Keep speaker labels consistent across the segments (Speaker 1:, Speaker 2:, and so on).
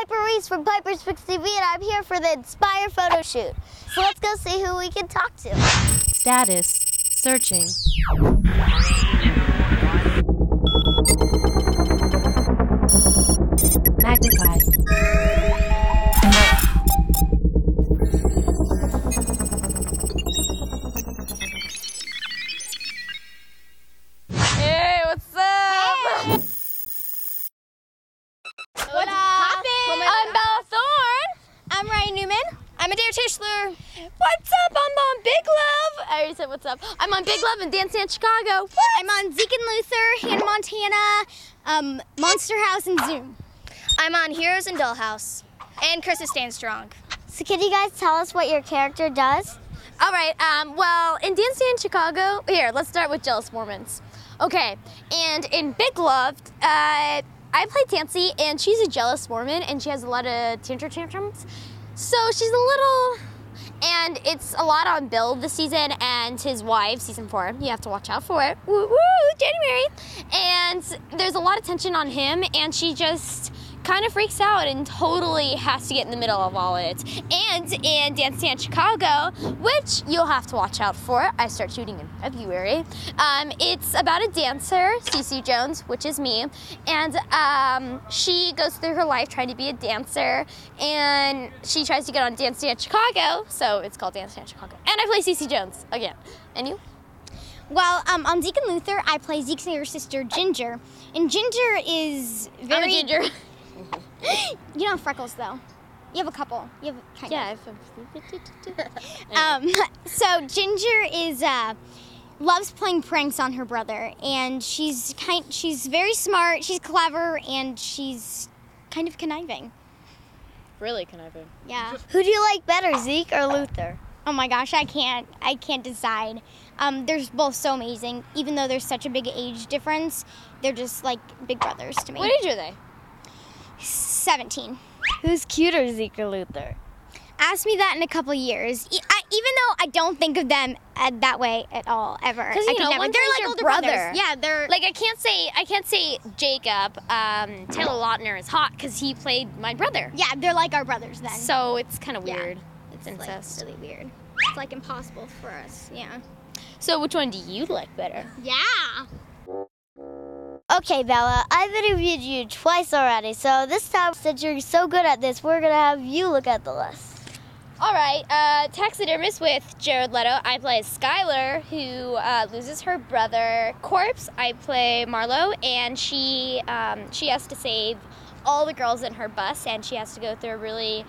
Speaker 1: Piper Reese from Piper's Fix TV, and I'm here for the Inspire photo shoot. So let's go see who we can talk to.
Speaker 2: Status searching. Magnify.
Speaker 3: Hey, what's up? What's poppin'? I'm Bella Thorne. I'm Ryan Newman. I'm Adair Tischler. What's up? I'm on Big Love. I already said what's up. I'm on Big Love and Dance Dance Chicago.
Speaker 4: I'm on Zeke and Luther, Hannah Montana, um, Monster House, and Zoom. I'm on Heroes and Dollhouse, and Curses Stand Strong.
Speaker 1: So, can you guys tell us what your character does?
Speaker 3: All right. Um, well, in Dance Dance Chicago, here, let's start with Jealous Mormons. Okay. And in Big Love, uh, I play Tansy, and she's a jealous Mormon, and she has a lot of tantra tantrums. So she's a little. And it's a lot on Bill this season and his wife, season four. You have to watch out for it. Woo woo, January. And there's a lot of tension on him, and she just kind of freaks out and totally has to get in the middle of all it. And in Dance Dance Chicago, which you'll have to watch out for, I start shooting in February. Um, it's about a dancer, Cece Jones, which is me, and um, she goes through her life trying to be a dancer, and she tries to get on Dance Dance Chicago, so it's called Dance Dance Chicago. And I play Cece Jones again. And you?
Speaker 4: Well, um, on Zeke and Luther, I play Zeke's younger sister, Ginger. And Ginger is very.
Speaker 3: I'm a ginger.
Speaker 4: You don't have freckles, though. You have a couple. You have kind of.
Speaker 3: Yeah.
Speaker 4: Um, so Ginger is uh, loves playing pranks on her brother, and she's kind. She's very smart. She's clever, and she's kind of conniving.
Speaker 5: Really conniving.
Speaker 4: Yeah.
Speaker 1: Who do you like better, Zeke or Luther?
Speaker 4: Oh my gosh, I can't. I can't decide. Um, they're both so amazing, even though there's such a big age difference. They're just like big brothers to me.
Speaker 3: what age are they?
Speaker 4: Seventeen.
Speaker 1: Who's cuter, Zeke or Luther?
Speaker 4: Ask me that in a couple years. E- I, even though I don't think of them uh, that way at all, ever.
Speaker 3: 'Cause, you
Speaker 4: I could
Speaker 3: know,
Speaker 4: never.
Speaker 3: one's
Speaker 4: They're
Speaker 3: like older
Speaker 4: like older
Speaker 3: brothers.
Speaker 4: brothers. Yeah, they're
Speaker 3: Like I can't say I can't say Jacob um, Taylor Lautner is hot because he played my brother.
Speaker 4: yeah, they're like our brothers then.
Speaker 3: So it's kind of
Speaker 4: Yeah.
Speaker 3: weird. It's incest.
Speaker 4: really weird. It's like impossible for us. Yeah.
Speaker 3: so which one do you like better?
Speaker 4: Yeah.
Speaker 1: Okay, Bella, I've interviewed you twice already, so this time, since you're so good at this, we're gonna have you look at the list.
Speaker 3: All right, uh, taxidermist with Jared Leto. I play Skylar, who uh, loses her brother Corpse. I play Marlo, and she um, she has to save all the girls in her bus, and she has to go through a really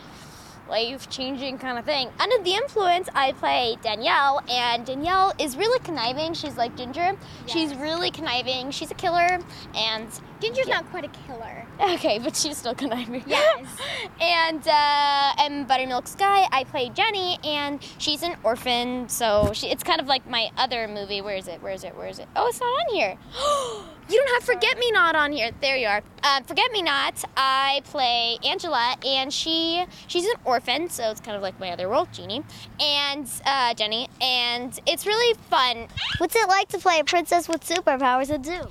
Speaker 3: life changing kind of thing. Under the influence, I play Danielle, and Danielle is really conniving. She's like Ginger. She's really conniving. She's a killer, and
Speaker 4: Ginger's not quite a killer.
Speaker 3: Okay, but she's still conniving.
Speaker 4: Yes.
Speaker 3: and uh, and Buttermilk Sky, I play Jenny, and she's an orphan, so she, it's kind of like my other movie. Where is it? Where is it? Where is it? Oh, it's not on here. you don't have Forget Me Not on here. There you are. Uh, Forget Me Not. I play Angela, and she she's an orphan, so it's kind of like my other role, Jeannie, and uh, Jenny, and it's really fun.
Speaker 1: What's it like to play a princess with superpowers at Zoo?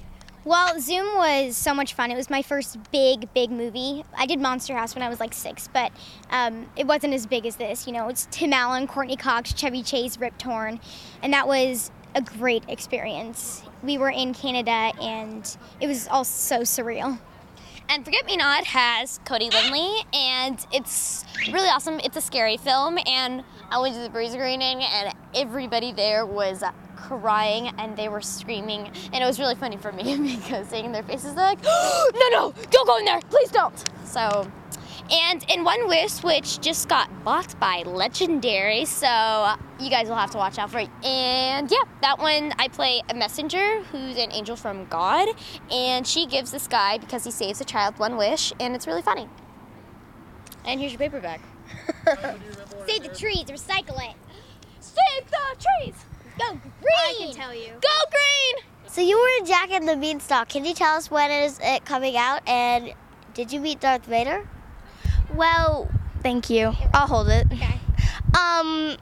Speaker 4: Well, Zoom was so much fun. It was my first big, big movie. I did Monster House when I was like six, but um, it wasn't as big as this. You know, it's Tim Allen, Courtney Cox, Chevy Chase, Rip Torn, and that was a great experience. We were in Canada, and it was all so surreal.
Speaker 3: And Forget Me Not has Cody Lindley, and it's really awesome. It's a scary film, and I went to the Breeze Greening, and everybody there was crying and they were screaming, and it was really funny for me because seeing their faces, they're like, no, no, don't go in there, please don't. So, and in One Wish, which just got bought by Legendary, so you guys will have to watch out for it. And yeah, that one I play a messenger who's an angel from God, and she gives this guy because he saves a child one wish, and it's really funny. And here's your paperback.
Speaker 4: Save the trees, recycle it.
Speaker 3: Save the trees. Go green.
Speaker 4: you.
Speaker 3: Go green.
Speaker 1: So you were in Jack and the Beanstalk. Can you tell us when is it coming out? And did you meet Darth Vader?
Speaker 6: Well, thank you. I'll hold it.
Speaker 4: Okay.
Speaker 6: Um,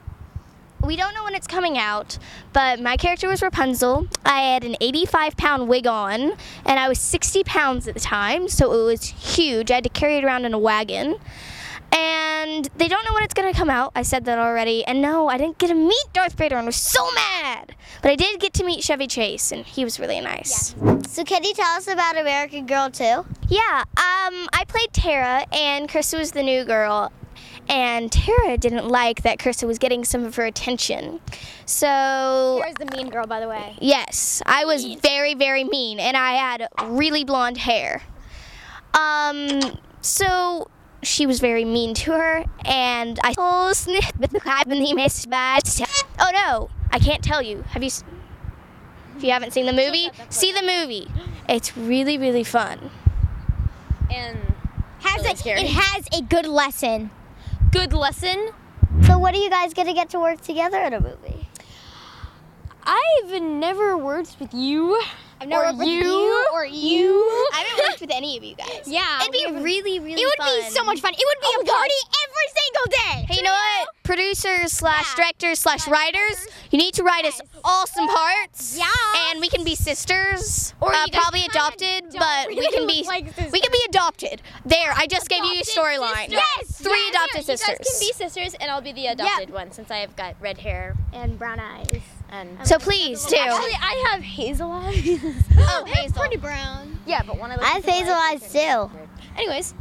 Speaker 4: We don't know when it's coming out, but my character was Rapunzel. I had an 85 pound wig on, and I was 60 pounds at the time, so it was huge. I had to carry it around in a wagon. And they don't know when it's gonna come out. I said that already. And no, I didn't get to meet Darth Vader and was so mad. But I did get to meet Chevy Chase, and he was really nice.
Speaker 7: So, can you tell us about American Girl too?
Speaker 4: Yeah, um, I played Tara, and Krista was the new girl. And Tara didn't like that Krista was getting some of her attention. So,
Speaker 8: Where's the mean girl, by the way?
Speaker 4: yes, I was very, very mean, and I had really blonde hair. Um, so she was very mean to her, and I. Oh, snip, but the crab and the mist, but- Oh no, I can't tell you. Have you. s- If you haven't seen the movie, see the movie. It's really, really fun.
Speaker 6: And
Speaker 8: Has
Speaker 6: Really
Speaker 8: a,
Speaker 6: scary.
Speaker 8: it has a good lesson.
Speaker 3: Good lesson.
Speaker 7: So, what are you guys going to get to work together in a movie?
Speaker 3: I've never worked with you.
Speaker 8: I've never
Speaker 3: Or
Speaker 8: worked with
Speaker 3: you.
Speaker 8: you or you.
Speaker 3: You.
Speaker 8: I haven't worked with any of you guys.
Speaker 3: Yeah.
Speaker 8: It'd be really, really It would be
Speaker 4: fun.
Speaker 8: so much fun. It would be
Speaker 6: Oh
Speaker 8: a party every single day.
Speaker 4: Hey, you know what? Producers slash directors slash writers, you need to write us all some parts.
Speaker 8: Yeah.
Speaker 4: And we can be sisters,
Speaker 3: Or
Speaker 4: or
Speaker 3: you just
Speaker 4: probably adopted, but we can be we can be adopted. There, I just gave you a storyline.
Speaker 3: Yes.
Speaker 4: three adopted
Speaker 6: you guys
Speaker 4: sisters.
Speaker 6: can be sisters, and I'll be the adopted one since I've got red hair
Speaker 8: And brown eyes.
Speaker 6: and
Speaker 4: so please do.
Speaker 3: Actually, I have hazel eyes.
Speaker 4: oh, Hazel.
Speaker 8: Pretty brown.
Speaker 6: yeah, but one of
Speaker 7: I have hazel eyes too.
Speaker 3: Anyways,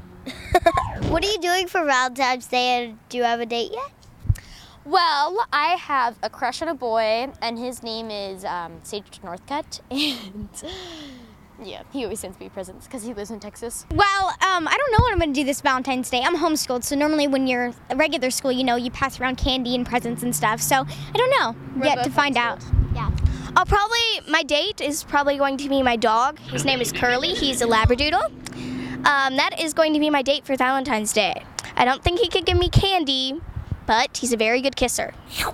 Speaker 7: What are you doing for Valentine's Day and do you have a date yet?
Speaker 3: well, I have a crush on a boy, and his name is um, Sage Northcutt, and yeah, he always sends me presents because he lives in Texas.
Speaker 8: Well, um, I don't know what I'm going to do this Valentine's Day. I'm homeschooled, so normally when you're at regular school, you know, you pass around candy and presents and stuff. So I don't know yet to find out.
Speaker 4: I'll probably my date is probably going to be my dog. His name is Curly. He's a Labradoodle. Um, that is going to be my date for Valentine's Day. I don't think he could give me candy, but he's a very good kisser.
Speaker 3: Ew,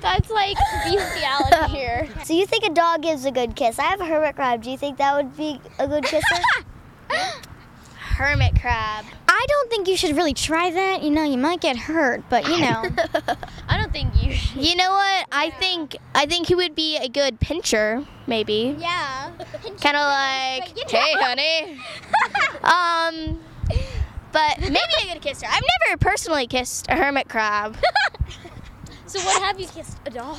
Speaker 3: that's like bestiality here.
Speaker 7: So, you think a dog gives a good kiss? I have a hermit crab. Do you think that would be a good kisser?
Speaker 4: Hermit crab.
Speaker 8: I don't think you should really try that. You know, you might get hurt, but you know.
Speaker 6: I don't think you.
Speaker 4: You know what? I think I think he would be a good pincher, maybe.
Speaker 8: yeah.
Speaker 4: Kind of like, hey, honey. um, but maybe a good kisser. I've never personally kissed a hermit crab.
Speaker 6: So what have you kissed? A dog.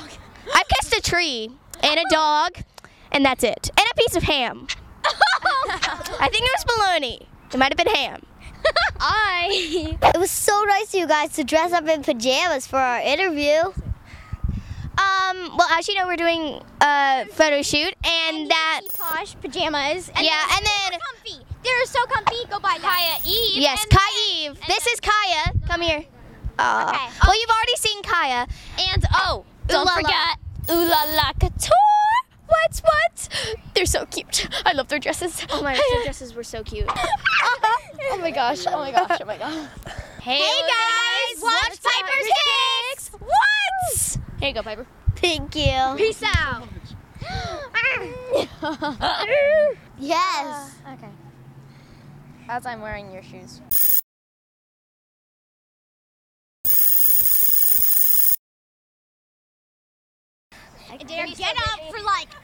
Speaker 4: I've kissed a tree and a dog, and that's it. And a piece of ham.
Speaker 3: Oh.
Speaker 4: I think it was bologna. It might have been ham.
Speaker 3: I
Speaker 7: It was so nice of you guys to dress up in pajamas for our interview.
Speaker 4: Um, well, as you know, we're doing a photo shoot, and that
Speaker 8: Posh pajamas. And
Speaker 4: yeah, and then
Speaker 8: comfy. They're so comfy. Go buy them.
Speaker 6: Kaya Eve.
Speaker 4: Yes, Kai Eve. This is Kaya. Come here. Uh, Well, you've already seen Kaya.
Speaker 3: and oh, don't
Speaker 4: Ooh la la.
Speaker 3: forget Ooh La La Couture. What? What? They're so cute. I love their dresses.
Speaker 4: Oh my gosh, your dresses were so cute.
Speaker 3: oh my gosh. Oh my gosh. Oh my gosh.
Speaker 4: Hey, guys, watch Piper's Kicks. What?
Speaker 6: Here you go, Piper.
Speaker 7: Thank you.
Speaker 4: Peace out.
Speaker 7: Yes.
Speaker 3: Uh,
Speaker 6: Okay. As I'm wearing your shoes.
Speaker 8: They're get up for like